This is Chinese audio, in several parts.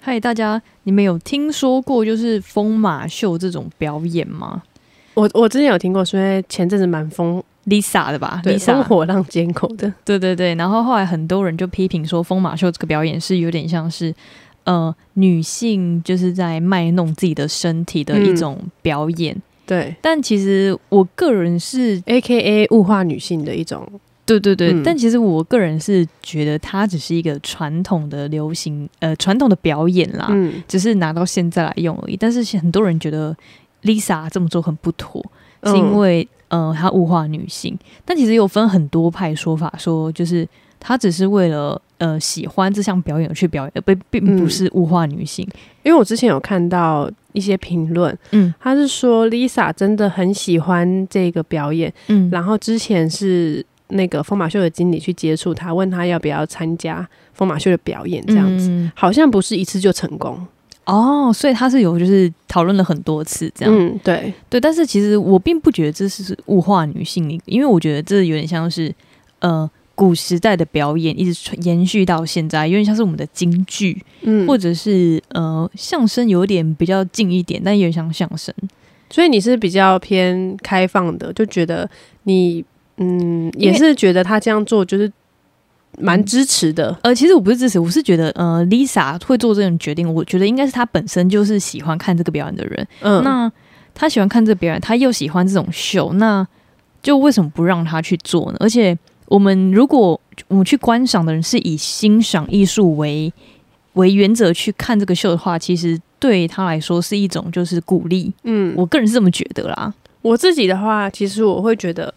嗨，大家，你们有听说过就是疯马秀这种表演吗我我之前有听过，是因为前阵子蛮疯， ？Lisa 的吧对， ，Lisa 烽火浪尖口的，对对对，然后后来很多人就批评说，疯马秀这个表演是有点像是，呃，女性就是在卖弄自己的身体的一嗯种表演。对但其实我个人是， ，A K A 物化女性的一种，对对对，嗯但其实我个人是觉得它只是一个传统的流行，呃，传统的表演啦，嗯，只是拿到现在来用而已。但是很多人觉得 Lisa 这么做很不妥，嗯是因为呃，她物化女性。但其实有分很多派说法，说就是她只是为了呃喜欢这项表演而去表演，呃并并不嗯是物化女性。因为我之前有看到一些评论，嗯他是说 Lisa 真的很喜欢这个表演，嗯然后之前是那个疯马秀的经理去接触他，问他要不要参加疯马秀的表演，这样子、嗯好像不是一次就成功，哦，所以她是有就是讨论了很多次这样。嗯，对，对，但是其实我并不觉得这是物化女性，因为我觉得这有点像是呃。古时代的表演一直传延续到现在，有点像是我们的京剧，嗯，或者是呃相声有点比较近一点，但有点像相声。所以你是比较偏开放的，就觉得你嗯因为也是觉得他这样做就是蛮支持的，呃，其实我不是支持，我是觉得呃，Lisa 会做这种决定，我觉得应该是她本身就是喜欢看这个表演的人。嗯，那她喜欢看这个表演，她又喜欢这种秀，那就为什么不让她去做呢？而且我们如果我们去观赏的人是以欣赏艺术为为原则去看这个秀的话，其实对她来说是一种就是鼓励。嗯，我个人是这么觉得啦。我自己的话，其实我会觉得，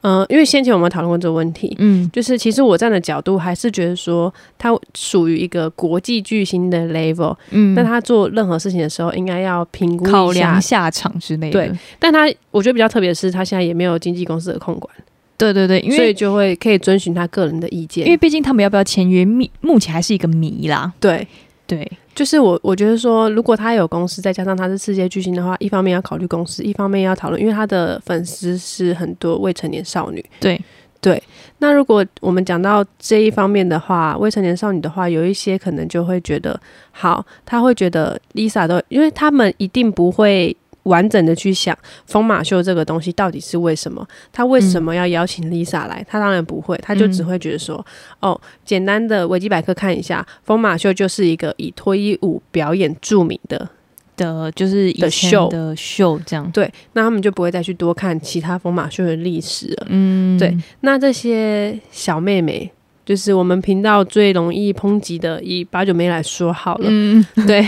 嗯、因为先前我们讨论过这个问题，嗯就是其实我站的角度还是觉得说，他属于一个国际巨星的 level，、嗯那他做任何事情的时候应该要评估一下考量下场之类的。对但他我觉得比较特别的是，他现在也没有经纪公司的控管，对对对，因所以为就会可以遵循他个人的意见，因为毕竟他们要不要签约，密目前还是一个谜啦。对。对，就是我，我觉得说，如果他有公司，再加上他是世界巨星的话，一方面要考虑公司，一方面要讨论，因为他的粉丝是很多未成年少女。对对，那如果我们讲到这一方面的话，未成年少女的话，有一些可能就会觉得，好，他会觉得 Lisa 都，因为他们一定不会完整的去想疯马秀这个东西到底是为什么，他为什么要邀请 Lisa 来？他当然不会，他就嗯只会觉得说，哦，简单的维基百科看一下，疯马秀就是一个以脱衣舞表演著名的，的，就是以的前秀的秀这样。对，那他们就不会再去多看其他疯马秀的历史了。嗯，对那这些小妹妹，就是我们频道最容易抨击的，以八九妹来说好了，嗯，对，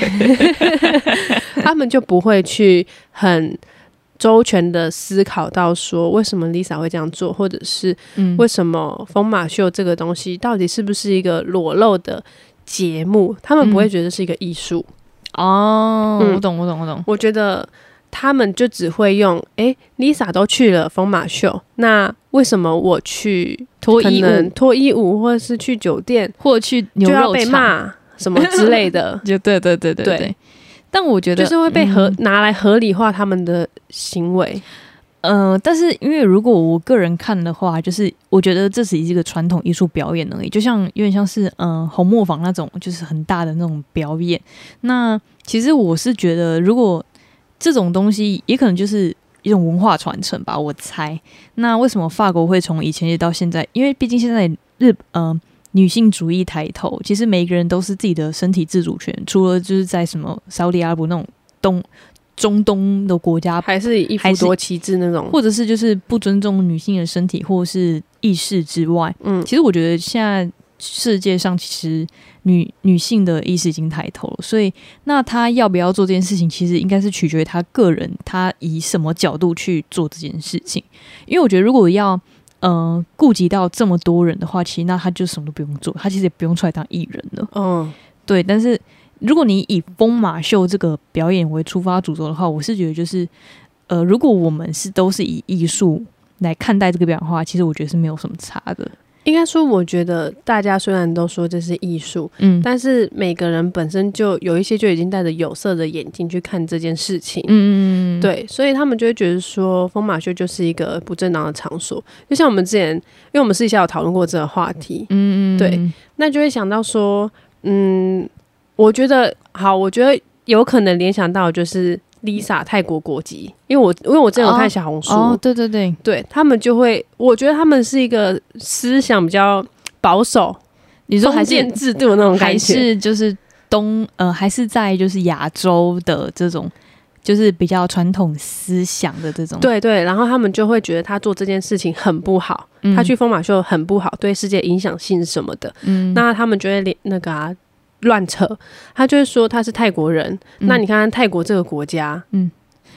他们就不会去很周全的思考到说为什么 Lisa 会这样做，或者是嗯为什么疯马秀这个东西到底是不是一个裸露的节目，他们不会嗯觉得是一个艺术。哦，嗯我懂，我懂，我懂。我觉得他们就只会用，诶 l i s a 都去了疯马秀，那为什么我去脱可衣能舞脱衣舞或者是去酒店或去牛就要肉被场，？骂什么之类的 就对对对对对对。但我觉得就是会被嗯合、拿来合理化他们的行为，呃，但是因为如果我个人看的话，就是我觉得这只是一个传统艺术表演而已，就像有点像是嗯、呃红磨坊那种，就是很大的那种表演。那其实我是觉得，如果这种东西也可能就是一种文化传承吧，我猜。那为什么法国会从以前一直到现在？因为毕竟现在日嗯、女性主义抬头，其实每一个人都是自己的身体自主权，除了就是在什么沙特阿拉伯那种东中东的国家还是以一夫还是多妻制那种？或者是就是不尊重女性的身体或是意识之外，嗯，其实我觉得现在世界上其实女女性的意识已经抬头了，所以那她要不要做这件事情，其实应该是取决于她个人，她以什么角度去做这件事情。因为我觉得如果要呃顾及到这么多人的话，其实那她就什么都不用做，她其实也不用出来当艺人了。嗯，对，但是如果你以疯马秀这个表演为出发主轴的话，我是觉得就是，呃，如果我们是都是以艺术来看待这个表演的话，其实我觉得是没有什么差的。应该说，我觉得大家虽然都说这是艺术，嗯但是每个人本身就有一些就已经戴着有色的眼镜去看这件事情。嗯嗯，对，所以他们就会觉得说，疯马秀就是一个不正当的场所。就像我们之前，因为我们私底嗯下有讨论过这个话题，嗯嗯，那就会想到说，嗯，我觉得好，我觉得有可能联想到就是 Lisa 泰国国籍，因为我因为我之前有看小红书，哦，对对对，对他们就会，我觉得他们是一个思想比较保守、你说还封是建制度的那种感还觉。是就是东呃，还是在就是亚洲的这种，就是比较传统思想的这种。，对对，然后他们就会觉得他做这件事情很不好，嗯他去疯马秀很不好，对世界影响性什么的。嗯，那他们就会连那个啊乱扯，他就会说他是泰国人。嗯那你看看泰国这个国家，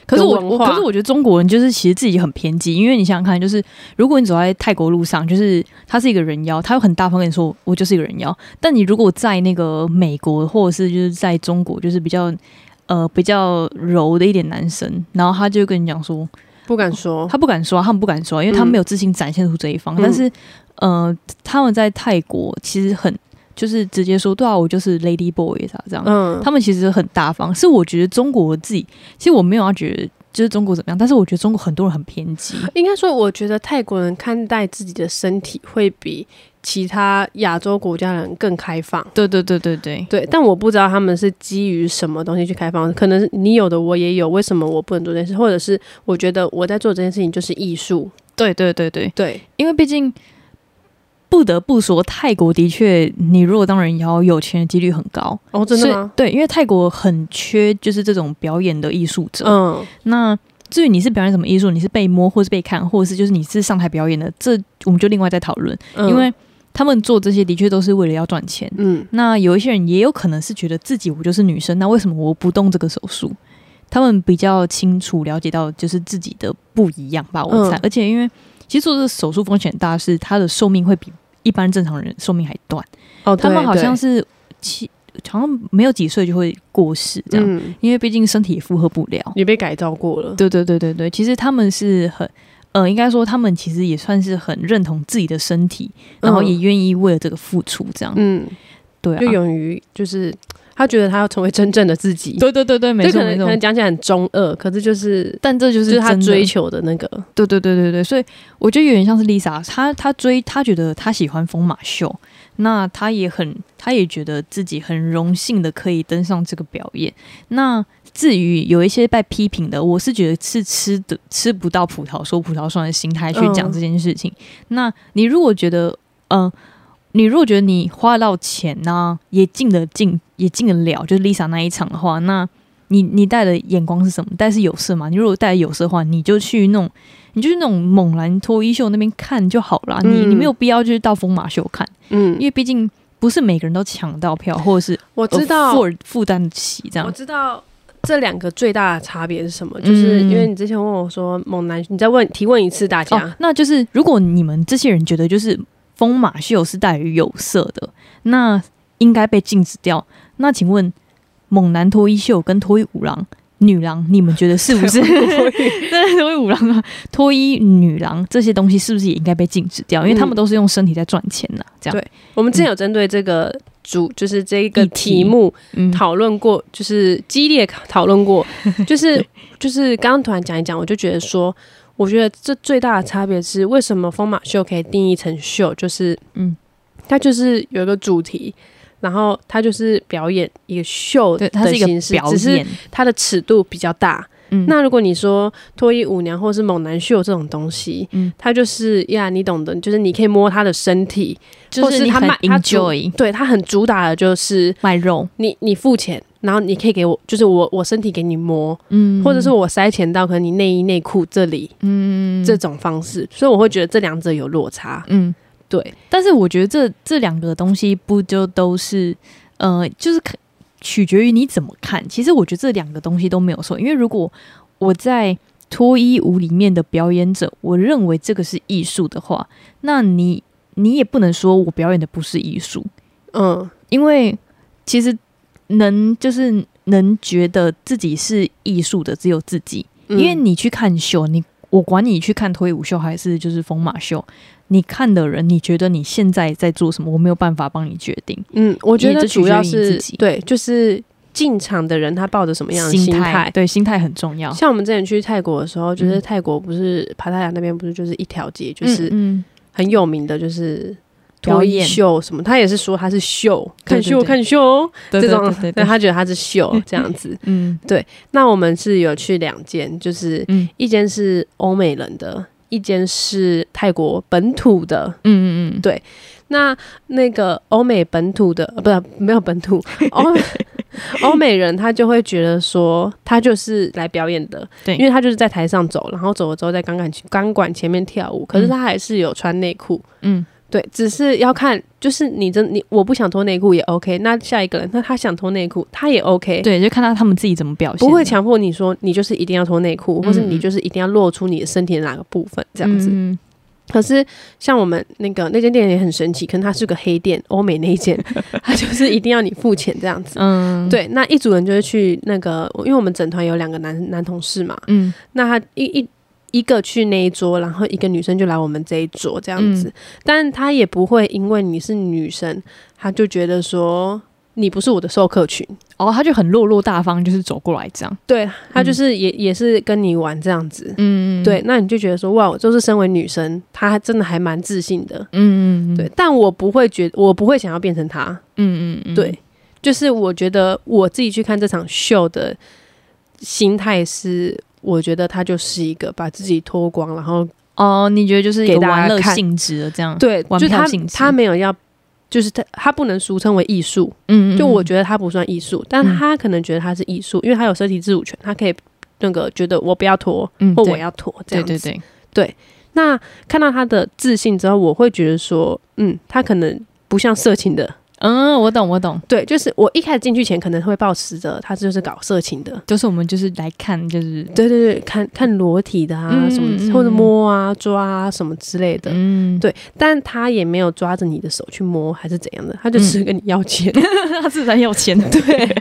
可是我有文我化可是我觉得中国人就是其实自己很偏激，因为你想想看，就是如果你走在泰国路上，就是他是一个人妖，他有很大方跟你说我就是一个人妖，但你如果在那个美国或者是就是在中国，就是比较。呃，比较柔的一点男生，然后他就跟你讲说，不敢说，他不敢说，他们不敢说，因为他们没有自信展现出这一方。嗯但是，呃，他们在泰国其实很就是直接说，对啊，我就是 Lady Boy 啥这样。嗯，他们其实很大方，是我觉得中国自己，其实我没有要觉得就是中国怎么样，但是我觉得中国很多人很偏激。应该说，我觉得泰国人看待自己的身体会比其他亚洲国家人更开放。 对对对对对，对，但我不知道他们是基于什么东西去开放，可能是你有的我也有，为什么我不能做这件事？或者是我觉得我在做这件事情就是艺术，对对对对，对，因为毕竟不得不说，泰国的确，你如果当人妖，有钱的几率很高。哦，真的所以吗？对，因为泰国很缺就是这种表演的艺术者。嗯，那至于你是表演什么艺术，你是被摸或是被看，或者是就是你是上台表演的，这我们就另外再讨论，嗯因为他们做这些的确都是为了要赚钱。嗯，那有一些人也有可能是觉得自己我就是女生，那为什么我不动这个手术？他们比较清楚了解到就是自己的不一样吧，我猜。嗯而且因为其实做这个手术风险很大，是他的寿命会比一般正常人寿命还短。哦，他们对好像对是七，好像没有几岁就会过世这样，嗯，因为毕竟身体也负荷不了。你被改造过了，对对对对对，其实他们是很，呃，应该说他们其实也算是很认同自己的身体，然后也愿意为了这个付出，这样、嗯，对嗯啊就。勇于就是他觉得他要成为真正的自己，对对对对，没这错可没能可错能。讲起来很中二，可是就是但这就就是是他真的追，求的那个，对对对对对，所以我觉得有点像是 Lisa，她她追她觉得她喜欢疯马秀，那她也很她也觉得自己很荣幸的可以登上这个表演。那至于有一些被批评的，我是觉得是吃的吃不到葡萄说葡萄酸的心态去讲嗯这件事情。那你如果觉得，嗯、你如果觉得你花到钱呢、也进得进，也进得了，就是 Lisa 那一场的话，那你你带的眼光是什么？带是有色嘛？你如果带有色的话，你就去那种，你就去那种猛男脱衣秀那边看就好啦。你嗯你没有必要就是到疯马秀看，嗯因，为毕竟不是每个人都抢到票，或者是我呃知道，负负担得起这我样。知道这两个最大的差别是什嗯么，就是因为你之前问我说猛男，你再问提问一次大家，哦，那就是如果你们这些人觉得就是疯马秀是带于有色的，那应该被禁止掉。那请问猛男脱衣秀跟脱衣舞郎、女郎，你们觉得是不 是？ 对，脱衣舞郎啊，脱衣女郎这些东西是不是也应该被禁止掉？因为他们嗯都是用身体在赚钱呐、这样对我们之前有针对这个主，就是这一个议题题目嗯，讨论过，就是激烈讨论过， 就是就是刚刚突然讲一讲，我就觉得说，我觉得这最大的差别是为什么疯马秀可以定义成秀，就是嗯嗯，它就是有一个主题。然后它就是表演一个秀对，的它是一个形式，表只是演。它的尺度比较大。嗯那如果你说脱衣舞娘或是猛男秀这种东西，嗯它就是呀，你懂的，就是你可以摸他的身体，就或是你他很卖他主 enjoy 对他很主打的就是卖肉，你你付钱，然后你可以给我，就是我我身体给你摸，嗯或者是我塞钱到可能你内衣内裤这里、嗯这种方式，所以我会觉得这两者有落差。嗯。对，但是我觉得这这两个东西不就都是呃，就是看取决于你怎么看。其实我觉得这两个东西都没有错，因为如果我在脱衣舞里面的表演者，我认为这个是艺术的话，那你你也不能说我表演的不是艺术，嗯，因为其实能就是能觉得自己是艺术的只有自己。嗯因为你去看秀，你我管你去看脱衣舞秀还是就是疯马秀，你看的人，你觉得你现在在做什么，我没有办法帮你决定。嗯，我觉因为得这取主要决于你是自己对，就是进场的人他抱着什么样的心态对，心态很重要。像我们之前去泰国的时候，就是嗯泰国不是帕塔亚那边不是就是一条街，就是嗯，嗯很有名的，就是表脱衣演秀什么，他也是说他是秀，对看对秀对看秀哦对这对种对，对 对对，他觉得他 是秀这样子。嗯那我们是有去两间，就是嗯一间是欧美人的，一间是泰国本土的。嗯嗯嗯，对那那个欧美本土的，呃不是没有本 土，欧欧美人他就会觉得说他就是来表演的，对因为他就是在台上走，然后走了之后在钢管钢管前面跳舞，可是他还是有穿内裤，嗯对，只是要看，就是你真你我不想脱内裤也 OK，那下一个人那他想脱内裤他也 OK，对，就看到他们自己怎么表现，不会强迫你说你就是一定要脱内裤，或是嗯你就是一定要露出你的身体的哪个部分这这样子。嗯可是像我们那个那间店也很神奇，可能它是个黑店，欧美那一间，它就是一定要你付钱这样子。嗯，对，那一组人就会去那个，因为我们整团有两个男男同事嘛，嗯那他一一一个去那一桌，然后一个女生就来我们这一桌这样子，但他也不会因为你是女生，他就觉得说你不是我的授课群，哦，他就很落落大方，就是走过来这样，对他嗯就是也、也是跟你玩这样子，嗯对，，那你就觉得说哇，我就是身为女生，她真的还蛮自信的，嗯嗯，对，，但我不会觉我不会想要变成她，嗯嗯嗯，对，，就是我觉得我自己去看这场秀的心态是，我觉得她就是一个把自己脱光，然后哦，你觉得就是有给大家玩乐看性质的这样，，对，玩就票她性质她没有要。就是她，她不能俗称为艺术。嗯嗯，就我嗯觉得她不算艺术，但嗯她可能觉得她是艺术，因为她有身体自主权，她可以那个觉得我不要脱，嗯，或对我要脱这对样对子。对，那看到他的自信之后，我会觉得说，嗯，他可能不像色情的，嗯，我懂我懂，对，就是我一开始进去前可能会抱持着他就是搞色情的，就是我们就是来看，就是对对对，看看裸体的啊，嗯什么嗯或者摸啊、抓啊什么之类的。嗯，对，但他也没有抓着你的手去摸，还是怎样的，他嗯就只是跟你要钱。 他自然要钱， 对，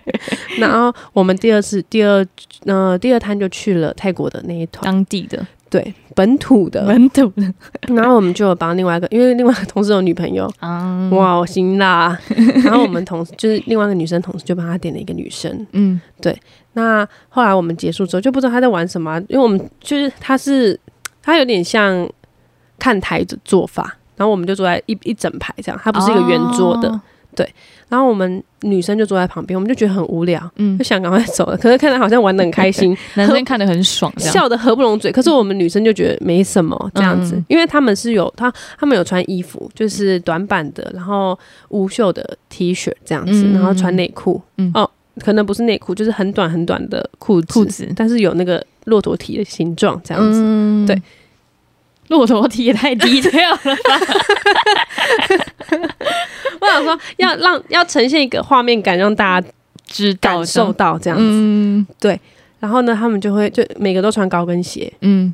然后我们第二次、第二呃第二摊就去了泰国的那一团，当地的对，本土的。嗯 本土的然后我们就有帮另外一个，因为另外一个同事有女朋友，啊，哇，我辛辣！ 然后我们同事就是另外一个女生同事就帮她点了一个女生。嗯那后来我们结束之后就不知道她在玩什么啊、因为我们就是她是她有点像看台的做法，然后我们就坐在一一整排这样，她不是一个圆桌的。哦然后我们女生就坐在旁边，我们就觉得很无聊，嗯就，想赶快走了。可是看她好像玩的很开心，男生看得很爽，这样，笑得合不拢嘴。可是我们女生就觉得没什么这样子，嗯因为他们是有他他们有穿衣服，就是短版的，然后无袖的 T 恤这样子，嗯然后穿内裤，嗯哦，可能不是内裤，就是很短很短的裤子，裤子但是有那个骆驼体的形状这样子。嗯对，骆驼蹄也太低调了， 我想说，要让要呈现一个画面感，让大家知道感受，到这样子。嗯然后呢，他们就会就每个都穿高跟鞋，嗯，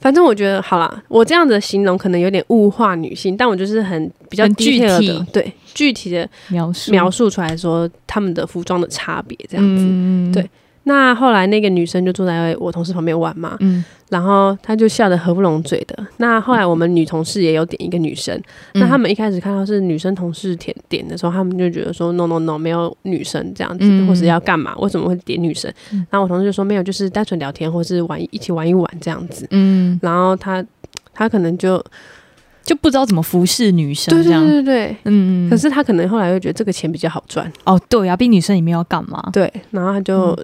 反正我觉得好啦，我这样的形容可能有点物化女性，但我就是很比较很具 detail 体的，对具体的描述描述出来说他们的服装的差别这这样子。嗯对，那后来那个女生就坐在我同事旁边玩嘛，嗯，然后她就笑得合不拢嘴的。那后来我们女同事也有点一个女生，那他们们一开始看到是女生同事点点的时候，他们就觉得说 no no no 没有女生这样子，嗯或是要干嘛？为什么会点女生？然后我同事就说没有，就是单纯聊天或是玩一起玩一玩这样子。嗯然后她她可能就就不知道怎么服侍女生对这对样，对对对，嗯，可是她可能后来又觉得这个钱比较好赚，哦对啊，毕竟女生也没有要干嘛，对，然后她就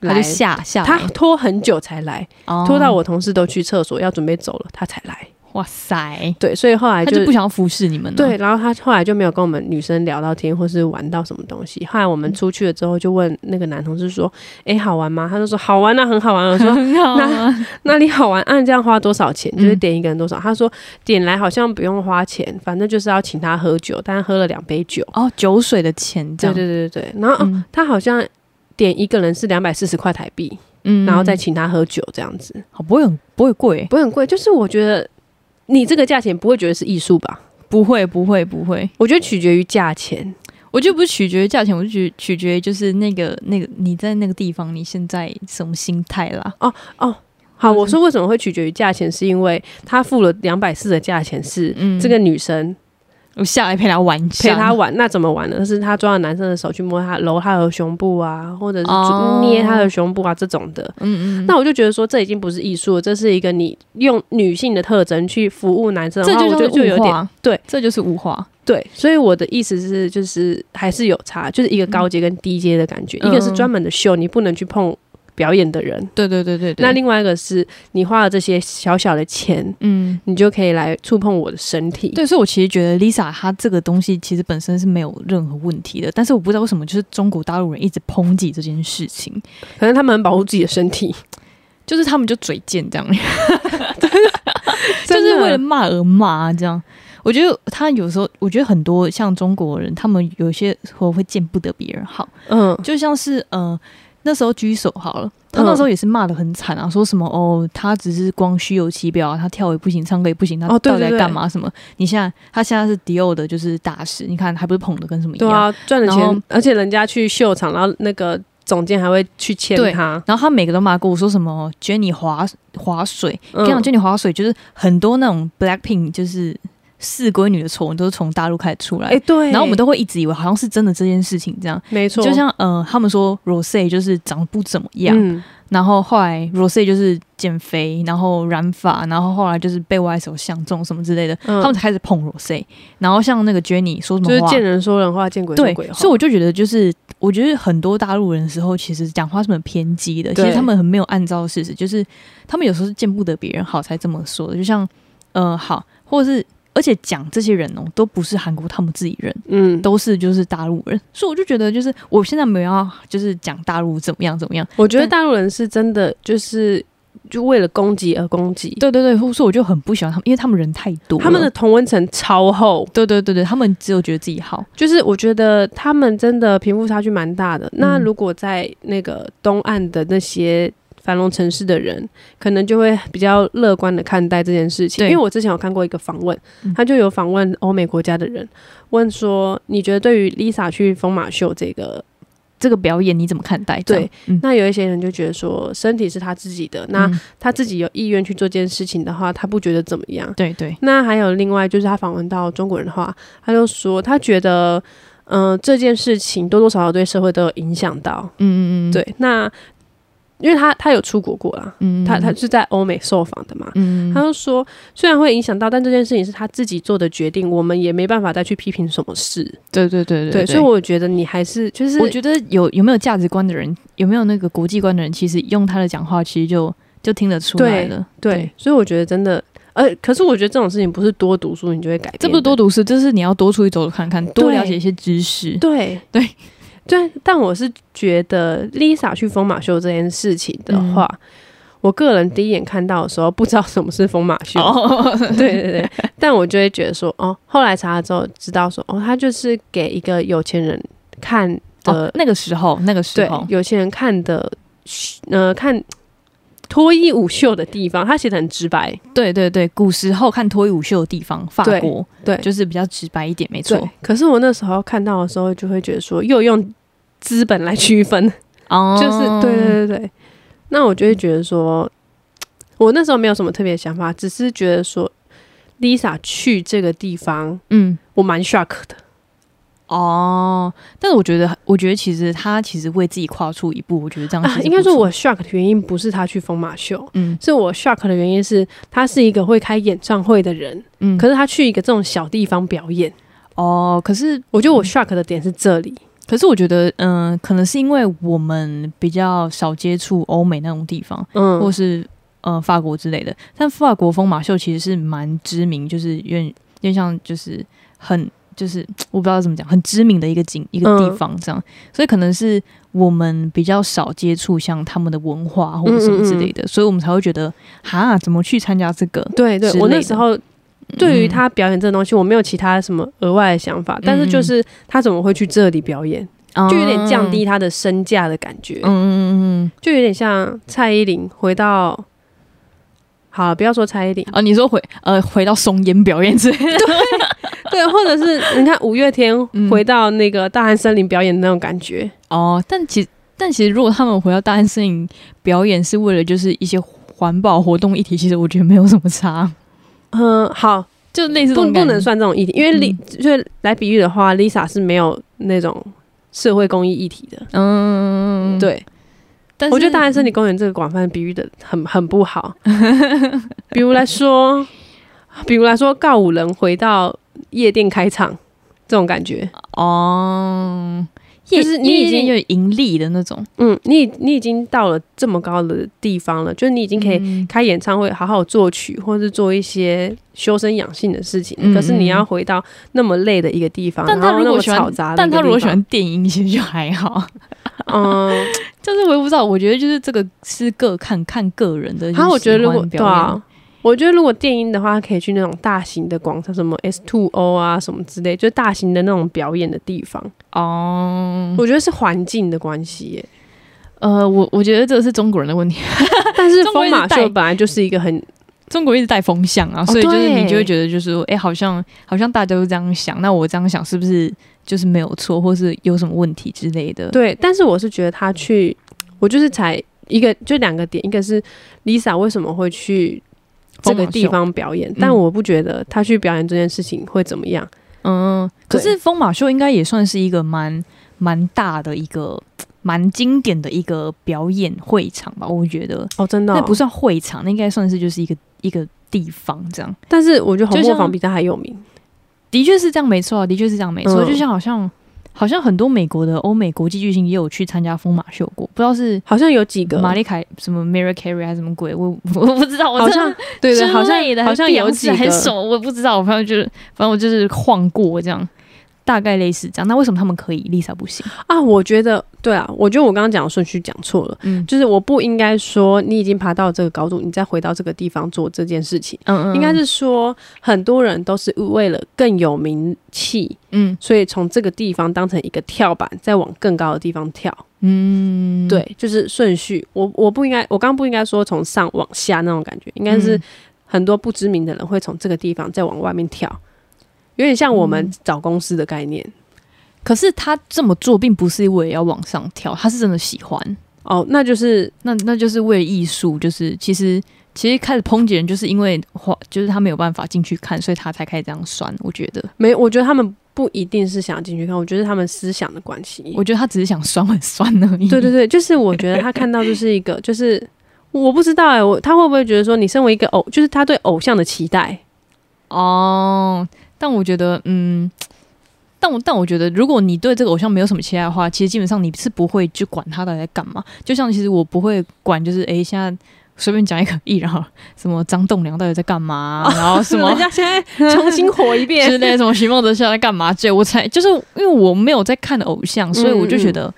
他嗯来就下下他来，拖很久才来，哦拖到我同事都去厕所要准备走了，他才来。哇塞，对，所以后来他就就不想要服侍你们了， 对，然后他后来就没有跟我们女生聊到天，或是玩到什么东西。后来我们嗯出去了之后，就问那个男同事说：“诶，好玩吗？”他就说：“好玩啊，很好玩啊。”我说 很好啊，：“那你好玩，按、这样花多少钱？就是嗯点一个人多少？”他说：“点来好像不用花钱，反正就是要请他喝酒，但喝了两杯酒。哦酒水的钱”这对样，对对对对，然后、哦、嗯他好像点一个人是两百四十块台币，嗯然后再请他喝酒这样子。好不会很不会贵，不会很贵，就是我觉得你这个价钱不会觉得是艺术吧？不会不会不会，我觉得取决于价钱。我就不是取决于价钱，我就取取决于就是那个那个你在那个地方你现在什么心态啦。好，嗯我说为什么会取决于价钱，是因为他付了两百四的价钱是嗯这个女生我下来陪他玩一下，陪他玩，那怎么玩呢？是他抓着男生的手去摸他、揉他的胸部啊，或者是哦捏他的胸部啊这种的。嗯，嗯嗯，那我就觉得说，这已经不是艺术了，这是一个你用女性的特征去服务男生的这话，就我觉叫得做就有物点化，对，这就是物化，对。所以我的意思是，就是还是有差，就是一个高阶跟低阶的感觉，嗯一个是专门的秀，你不能去碰表演的人，对对对对对。那另外一个是你花了这些小小的钱，嗯，你就可以来触碰我的身体。对，所以我其实觉得 Lisa 她这个东西其实本身是没有任何问题的，但是我不知道为什么就是中国大陆人一直抨击这件事情，可能他们很保护自己的身 体，就是他们就嘴贱这样，就真是的为了骂而骂啊这样。我觉得他有时候，我觉得很多像中国人，他们有些时候会见不得别人好，嗯就像是呃那时候举手好了，他那时候也是骂的很惨嗯啊，说什么哦，他只是光虚有其表啊，他跳也不行，唱歌也不行，他哦对到底在对对干嘛？什么？你现在他现在是迪奥的，就是大师，你看还不是捧的跟什么一对样？啊，赚了然后钱，而且人家去秀场，然后那个总监还会去签对他。然后他每个都骂过我说什么 Jenny 划划水，嗯跟你讲 Jenny 划水就是很多那种 Blackpink 就是四闺女的丑闻都是从大陆开始出来，哎，对，然后我们都会一直以为好像是真的这件事情这样，没错，就像呃他们说 Rose 就是长得不怎么样，嗯，然后后来 Rose 就是减肥，然后染发，然后后来就是被外手相中什么之类的，他他们才开始捧 Rose，然后像那个 Jenny 说什嗯就是么话见。人说人话，见鬼说对鬼，话。所以我就觉得，就是我觉得很多大陆人的时候，其实讲话是很偏激的。其对实他们很没有按照事实，就是他们有时候是见不得别人好才这么说的。就像呃好，或者是而且讲这些人哦，都不是韩国他们自己人，嗯，都是就是大陆人。所以我就觉得，就是我现在没有要就是讲大陆怎么样怎么样。我觉得但大陆人是真的就是就为了攻击而攻击，对对对，所以我就很不喜欢他们，因为他们人太多了，他们的同温层超厚，对对对对，他们只有觉得自己好。就是我觉得他们真的贫富差距蛮大的。那嗯如果在那个东岸的那些繁荣城市的人，可能就会比较乐观的看待这件事情。对因为我之前有看过一个访问嗯，他就有访问欧美国家的人，问说你觉得对于 Lisa 去疯马秀这个这个表演你怎么看待？对这样，嗯，那有一些人就觉得说，身体是他自己的，那嗯他自己有意愿去做这件事情的话，他不觉得怎么样。对对，那还有另外就是他访问到中国人的话，他就说他觉得，嗯、这件事情多多少少对社会都有影响到。嗯嗯嗯，对，那因为他他有出国过啦，嗯，嗯他他是在欧美受访的嘛，嗯，他就说虽然会影响到，但这件事情是他自己做的决定，我们也没办法再去批评什么事。对对对对，所以我觉得你还是就是我觉得有有没有价值观的人，有没有那个国际观的人，其实用他的讲话，其实就就听得出来了。对，，所以我觉得真的，呃，可是我觉得这种事情不是多读书你就会改变的，这不是多读书，这是你要多出去走走看看，多对了解一些知识。对 对对，但我是觉得 Lisa 去疯马秀这件事情的嗯话，我个人第一眼看到的时候不知道什么是疯马秀，哦， 对对对，但我就会觉得说，哦，后来查了之后知道说，哦，他就是给一个有钱人看的，哦那个时候，那个时对候，，有钱人看的，呃，看脱衣舞秀的地方，他写的很直白，对对对，古时候看脱衣舞秀的地方，法对国，对就是比较直白一点，没对错。，可是我那时候看到的时候，就会觉得说，又用资本来区分，哦就是对对对对。那我就会觉得说，我那时候没有什么特别的想法，只是觉得说，Lisa 去这个地方，嗯，我蛮 shock 的。哦，但是我觉得，我觉得其实他其实为自己跨出一步，我觉得这样其啊实、应该说，我，shock 的原因不是她去疯马秀，嗯是我 shock 的原因是她是一个会开演唱会的人，嗯，可是她去一个这种小地方表演，哦，可是我觉得我 shock 的点是这里。可是我觉得，嗯、可能是因为我们比较少接触欧美那种地方，嗯，或是呃法国之类的。但法国疯马秀其实是蛮知名，就是有点有点像就是很就是我不知道怎么讲，很知名的一个景一个地嗯方这样。所以可能是我们比较少接触像他们的文化或者什么之类的，嗯所以我们才会觉得哈，怎么去参加这个？对对之，我类那的时候对于嗯他表演这个东西，我没有其他什么额外的想法，但是嗯就是他怎么会去这里表演，就有点降低。他的身价的感觉，哦嗯嗯嗯嗯就有点像蔡依林回到，好不要说蔡依林嗯，，啊，你说回呃回到松烟表演之类的，对，或者是你看五月天嗯回到那个大汉森林表演的那种感觉，哦，但其但其实如果他们回到大安摄影表演是为了就是一些环保活动议题，其实我觉得没有什么差。 嗯，好，就类似这不种不感觉能算这种议题，因为嗯丽、就是来比喻的话，Lisa 是没有那种社会公益议题的。嗯，对，但是我觉得大安森林公园这个广泛比喻的很很不好。比如来说，比如来说，告五人回到夜店开场这种感觉，哦，就就是是你你已已经经有盈利的那种，嗯，你你已经到了这么高的地方了，就是你已经可以以开演唱会，好好作曲，或是做一些修身养性的事情。嗯可是嗯你要回到那么累的一个地方，但他然后如那果么喜欢嘈杂的但一个他如果地喜方欢电音，其实就还好。嗯，但是我也不知道，我觉得就是这个是各看看个人的。啊然后我觉得如果喜欢对表演啊，我觉得如果电音的话，可以去那种大型的广场，什么 S Two O 啊什么之类，就是大型的那种表演的地方。哦，我觉得是环境的关系耶，呃，我我觉得这是中国人的问题，但是中国疯一直马带秀本来就是一个很中国一直带风向啊，所以就是哦对你就会觉得就是说，哎、好像好像大家都这样想，那我这样想是不是就是没有错，或是有什么问题之类的？对，但是我是觉得他去，我就是才一个就两个点，一个是 Lisa 为什么会去这疯马个地秀方表演，但嗯我不觉得他去表演这件事情会怎么样。嗯，可对是疯马秀应该也算是一个蛮蛮大的一个蛮经典的一个表演会场吧，我觉得、哦，真的、那不是，算会场，那应该算是就是一个一个地方这样。但是我觉得红就磨像坊比他还有名。的确是这样，没错啊，的确是这样，没错。嗯就像好像好像很多美国的欧美国际巨星也有去参加疯马秀过，不知道是好像有几个，玛丽凯什么 Mary Carey 还是什么鬼，我 我我不知道，我好真的像对对，之好像类的好像有几个，很熟，我不知道，反正就是反正我就是晃过这样，大概类似这样。那为什么他们可以，Lisa 不行？啊，我觉得对啊，我觉得我刚刚讲的顺序讲错了，嗯就是我不应该说你已经爬到这个高度，你再回到这个地方做这件事情，嗯嗯应该是说很多人都是为了更有名气，嗯所以从这个地方当成一个跳板，再往更高的地方跳。嗯，对，就是顺序。我我不应该，我刚刚不应该说从上往下那种感觉，应该是嗯很多不知名的人会从这个地方再往外面跳，有点像我们嗯找公司的概念。可是他这么做并不是为了要往上跳，他是真的喜欢，哦，那就是那那就是为了艺术，就是其实。其实开始抨击人，就是因为花，就是他没有办法进去看，所以他才开始这样酸。我觉得，没，我觉得他们不一定是想进去看，我觉得是他们思想的关系。我觉得他只是想酸很酸而已。 对对对，就是我觉得他看到就是一个，就是我不知道哎、我他会不会觉得说你身为一个偶，就是他对偶像的期待，哦，但我觉得，嗯，但我但我觉得，如果你对这个偶像没有什么期待的话，其实基本上你是不会去管他到底在干嘛。就像其实我不会管，就是诶，现在随便讲一个艺人好了，什么张栋梁到底在干嘛， 然后什么哦人。家现在重新火一遍之类什么徐梦泽现在在干嘛之类，我才就是因为我没有在看偶像，所以我就觉得、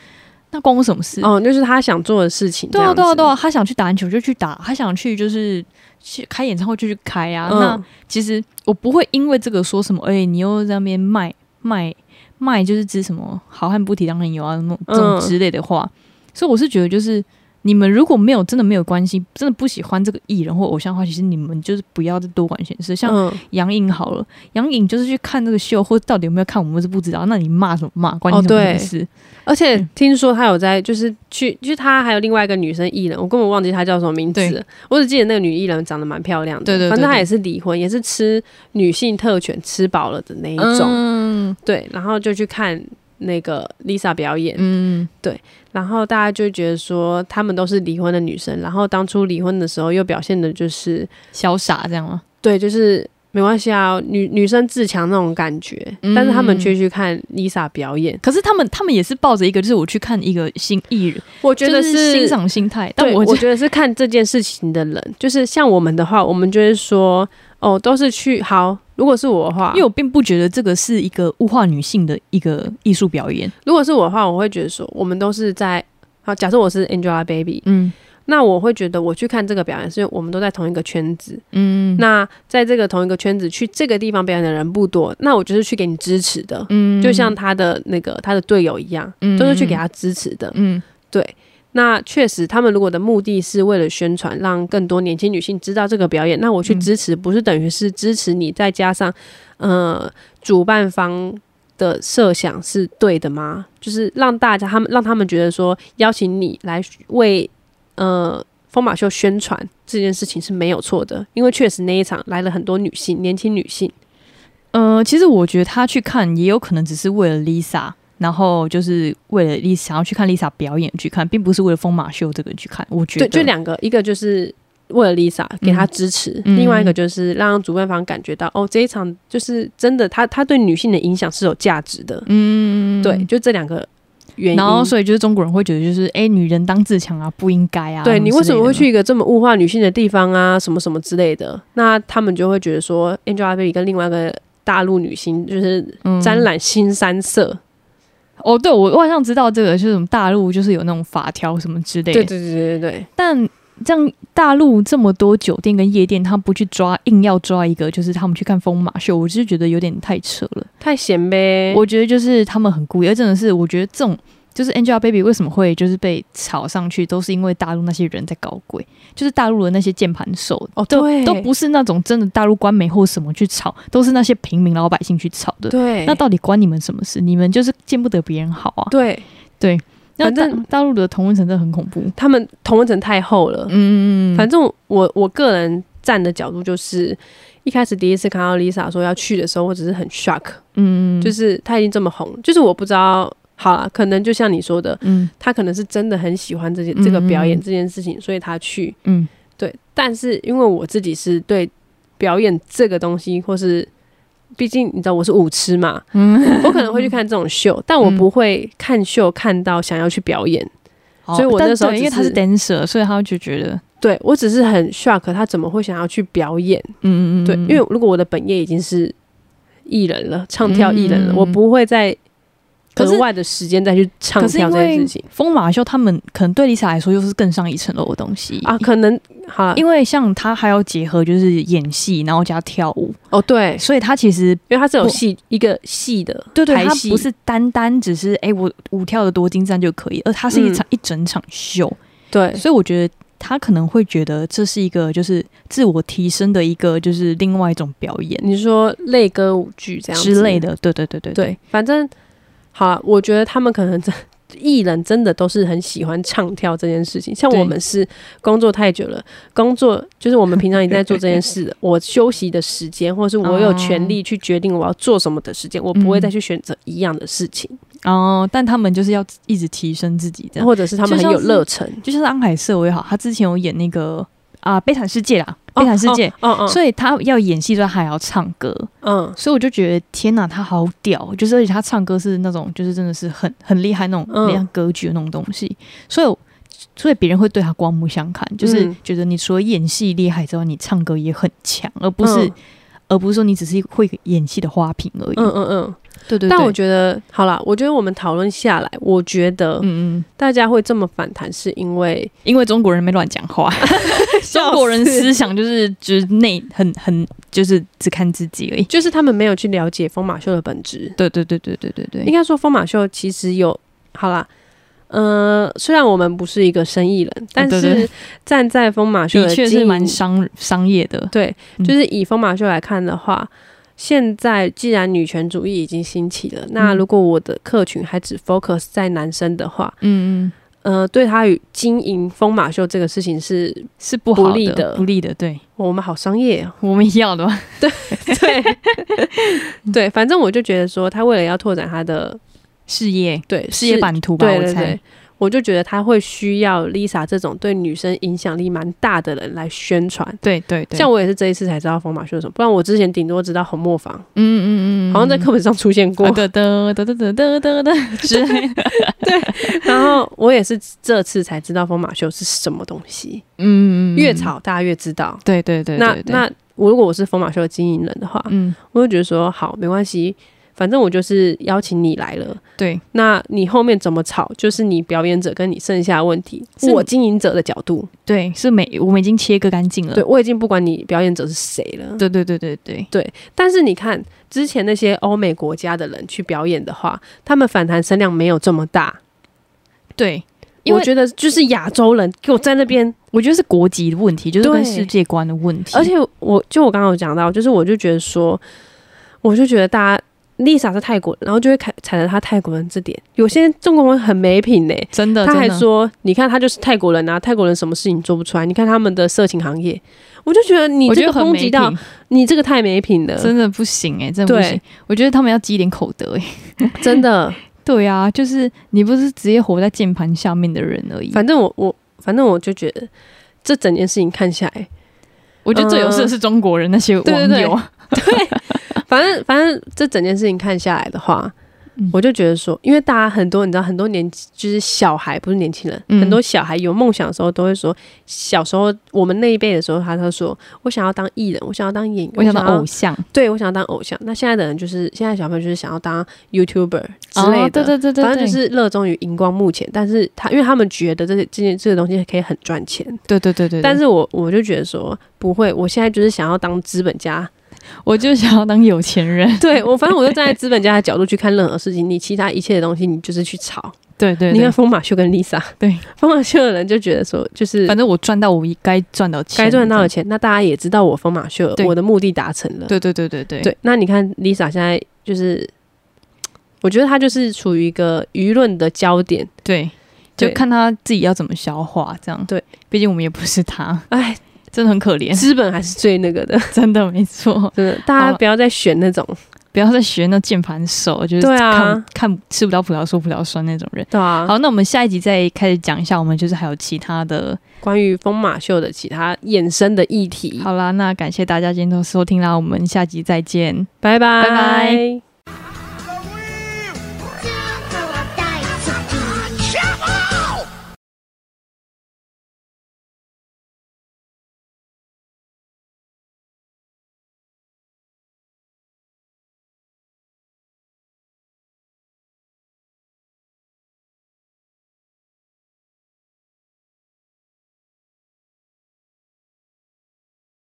那关我什么事？ 嗯哦，就是他想做的事情。对啊，这对样啊，子对啊，他想去打篮球就去打，他想去就是去开演唱会就去开啊。嗯那其实我不会因为这个说什么，哎、你又在那边卖卖卖，就是指什么好汉不提当然有啊，那种这种嗯之类的话。所以我是觉得，就是你们如果没有真的没有关系，真的不喜欢这个艺人或偶像的话，其实你们就是不要再多管闲事。像嗯杨颖好了，杨颖就是去看这个秀，或到底有没有看，我们是不知道。那你骂什么骂，关你什哦么对事？而且嗯听说他有在，就是去，就是他还有另外一个女生艺人，我根本忘记她叫什么名字对了。我只记得那个女艺人长得蛮漂亮的，对对对反正她也是离婚，也是吃女性特权吃饱了的那一种，嗯对。然后就去看那个 Lisa 表演，嗯，然后大家就觉得说，她们都是离婚的女生，然后当初离婚的时候又表现的就是，潇洒这样吗？对，就是。没关系啊，女女生自强那种感觉，嗯但是她们却去看 Lisa 表演，可是他们他们也是抱着一个，就是我去看一个新艺人，我觉就得是欣赏心态。但对，我我觉觉得是看这件事情的人，就是像我们的话，我们就会说，哦，都是去好。如果是我的话，因为我并不觉得这个是一个物化女性的一个艺术表演。如果是我的话，我会觉得说，我们都是在好。假设我是 Angelababy，嗯那我会觉得我去看这个表演，是因为我们都在同一个圈子。嗯那在这个同一个圈子去这个地方表演的人不多，那我就是去给你支持的，嗯就像他的那个他的队友一样，嗯都是去给他支持的。嗯对，那确实，他们如果的目的是为了宣传，让更多年轻女性知道这个表演，那我去嗯支持，不是等于是支持你，再加上呃，主办方的设想是对的吗？就是让大家他们让他们觉得说，邀请你来为呃。疯马秀宣传这件事情是没有错的，因为确实那一场来了很多女性，年轻女性，呃，其实我觉得他去看也有可能只是为了 Lisa，然后就是为了 Lisa 想要去看 Lisa 表演去看，并不是为了疯马秀这个去看。我觉对，得就两个，一个就是为了 Lisa 给她支持，嗯另外一个就是让主办方感觉到，哦，这一场就是真的，她她对女性的影响是有价值的。嗯，对，就这两个原因。然后所以就是中国人会觉得就是哎、女人当自强啊，不应该啊。对你为之什类么的会嘛去一个这么物化女性的地方啊？什么什么之类的，那他们就会觉得说，Angelababy 跟另外一个大陆女星就是嗯沾染新三色。哦，对我我好像知道这个，就是什么大陆就是有那种法条什么之类的。对对对对对对，但这样大陆这么多酒店跟夜店，他不去抓，硬要抓一个，就是他们去看疯马秀，我就是觉得有点太扯了。太闲呗。我觉得就是他们很故意，而真的是我觉得这种。就是 Angelababy 为什么会就是被炒上去，都是因为大陆那些人在搞鬼，就是大陆的那些键盘手哦都对都不是那种真的大陆官媒或什么去炒，都是那些平民老百姓去炒的。对，那到底关你们什么事？你们就是见不得别人好啊！对那反大正大陆的同文层真的很恐怖。他们同文层太厚了。嗯反正我我个人站的角度就是，一开始第一次看到 Lisa 说要去的时候，我只是很 shock，、嗯就是她已经这么红，就是我不知道，好了，可能就像你说的，嗯她可能是真的很喜欢这些这个表演嗯这件事情，所以她去。嗯对，但是因为我自己是对表演这个东西，或是毕竟你知道我是舞痴嘛，嗯，我可能会去看这种秀，但我不会看秀看到想要去表演。所以我哦但那时候对只因为他是是 dancer，所以他就觉得对我只是很 shock，她怎么会想要去表演？嗯嗯嗯，对，因为如果我的本业已经是艺人了，唱跳艺人了，我不会再嗯可是额外的时间再去唱可是跳因这件为事情疯马秀他们可能对 Lisa 来说又是更上一层楼的东西啊。可能好啦因为像他还要结合就是演戏，然后加跳舞，哦，对，所以他其实因为它是有不戏一个戏的对对，排他戏不是单单只是哎、我舞跳的多精湛就可以，而他是一场、一整场秀，嗯对所以我觉得他可能会觉得这是一个就是自我提升的一个就是另外一种表演你说类歌舞剧这样子之类，的，对对对对嗯对，反正好啦，我觉得他们可能真艺人真的都是很喜欢唱跳这件事情，像对我们是工作太久了，工作就是我们平常也在做这件事的。我休息的时间，或是哦我有权利去决定我要做什么的时间，我嗯不会再去选择一样的事情，哦，但他们就是要一直提升自己这样。或者是他们很有热忱。就像是安海瑟薇好，他之前有演那个啊、悲惨世界》啦，《哦悲惨世界》，哦哦，所以他要演戏，所以他还要唱歌，嗯所以我就觉得天哪，他好屌！哦就是而且他唱歌是那种，就是真的是很很厉害那嗯种，像歌剧的那种东西，所以我。所以别人会对他刮目相看，就是嗯觉得你除了演戏厉害之外，你唱歌也很强，而不是、嗯而不是说你只是会演戏的花瓶而已。嗯嗯嗯，对对对。但我觉得好啦，我觉得我们讨论下来，我觉得嗯嗯，大家会这么反弹，是 因为因为中国人没乱讲话，中国人 思想就是就是内很很就是只看自己而已。就是他们没有去了解疯马秀的本质。对对对对对对对，应该说疯马秀其实有好啦，呃，虽然我们不是一个生意人，但啊对是对站在疯马秀的确经是营蛮商商业的。对，嗯就是以疯马秀来看的话。现在既然女权主义已经兴起了，那嗯如果我的客群还只 focus 在男生的话，嗯嗯，呃，对他与经营疯马秀这个事情是是不好不利的不利的。对我们好商业、 哦，我们要的吧，对对，反正我就觉得说，他为了要拓展他的事业对事业是版图吧，对我对猜对。，我就觉得他会需要 Lisa 这种对女生影响力蛮大的人来宣传。对对对，像我也是这一次才知道疯马秀是什么，不然我之前顶多知道红磨坊，嗯嗯嗯，啊好像在课本上出现过。得得得得得得 得之类的。 然后我也是这次才知道疯马秀是什么东西，嗯，嗯越，吵大家越知道。对对对，那对对那我如果我是疯马秀的经营人的话，嗯我就觉得说好没关系，反正我就是邀请你来了。对，那你后面怎么吵，就是你表演者跟你剩下的问题，是我经营者的角度，对是每我们已经切割干净了对。我已经不管你表演者是谁了。对对对对对，但是你看之前那些欧美国家的人去表演的话，他们反弹声量没有这么大。对，因为嗯我觉得就是亚洲人给我在那边，我觉得是国籍的问题，就是对跟世界观的问题。而且我就我刚刚有讲到，就是我就觉得说，我就觉得大家 Lisa 是泰国人，然后就会踩踩着他泰国人字典。有些中国人很没品呢、真的，他还呃真的说：“你看他就是泰国人啊，泰国人什么事情做不出来？你看他们的色情行业。”我就觉得你我觉这个得很抨没击到品，你这个太没品了，真的不行哎、真的不对行。 我觉得他们要积一点口德哎、真的。对啊，就是你不是直接活在键盘下面的人而已。反正我我反正我就觉得这整件事情看下来， 我觉得最有事的是中国人那些网友，啊对对反正反正这整件事情看下来的话，嗯我就觉得说，因为大家很多你知道，很多年就是小孩不是年轻人，嗯很多小孩有梦想的时候都会说，小时候我们那一辈的时候，他他说我想要当艺人，我想要当演员，我想到要偶像对我想要当偶像。那现在的人就是现在小朋友就是想要当 YouTuber 之类的，哦对对对对，反正对就是热衷于荧光幕前，但是他因为他们觉得这些这件这个东西可以很赚钱，对对对对。对但是我我就觉得说不会，我现在就是想要当资本家， 我就想要当有钱人，对我反正我就站在资本家的角度去看任何事情，你其他一切的东西你就是去炒。 对对你对看，疯马秀跟 Lisa， 对疯马秀的人就觉得说就是反正我赚到我该赚到钱，该赚到的，钱，那大家也知道我疯马秀对我的目的达成了，对对对对对，对，那你看 Lisa 现在就是，我觉得她就是处于一个舆论的 焦点。对，就对看他自己要怎么消化，这样。对，毕竟我们也不是他，哎，真的很可 怜，资本还是最那个的，真的没错。真的，大好家了不要再选那种，不要再学那键盘手，就是对看、啊看吃不到葡萄说葡萄酸那种人。对啊。好，那我们下一集再开始讲一下，我们就是还有其他的。关于疯马秀的其他衍生的议题，好啦，那感谢大家今天的收听啦，我们下集再见。拜拜拜拜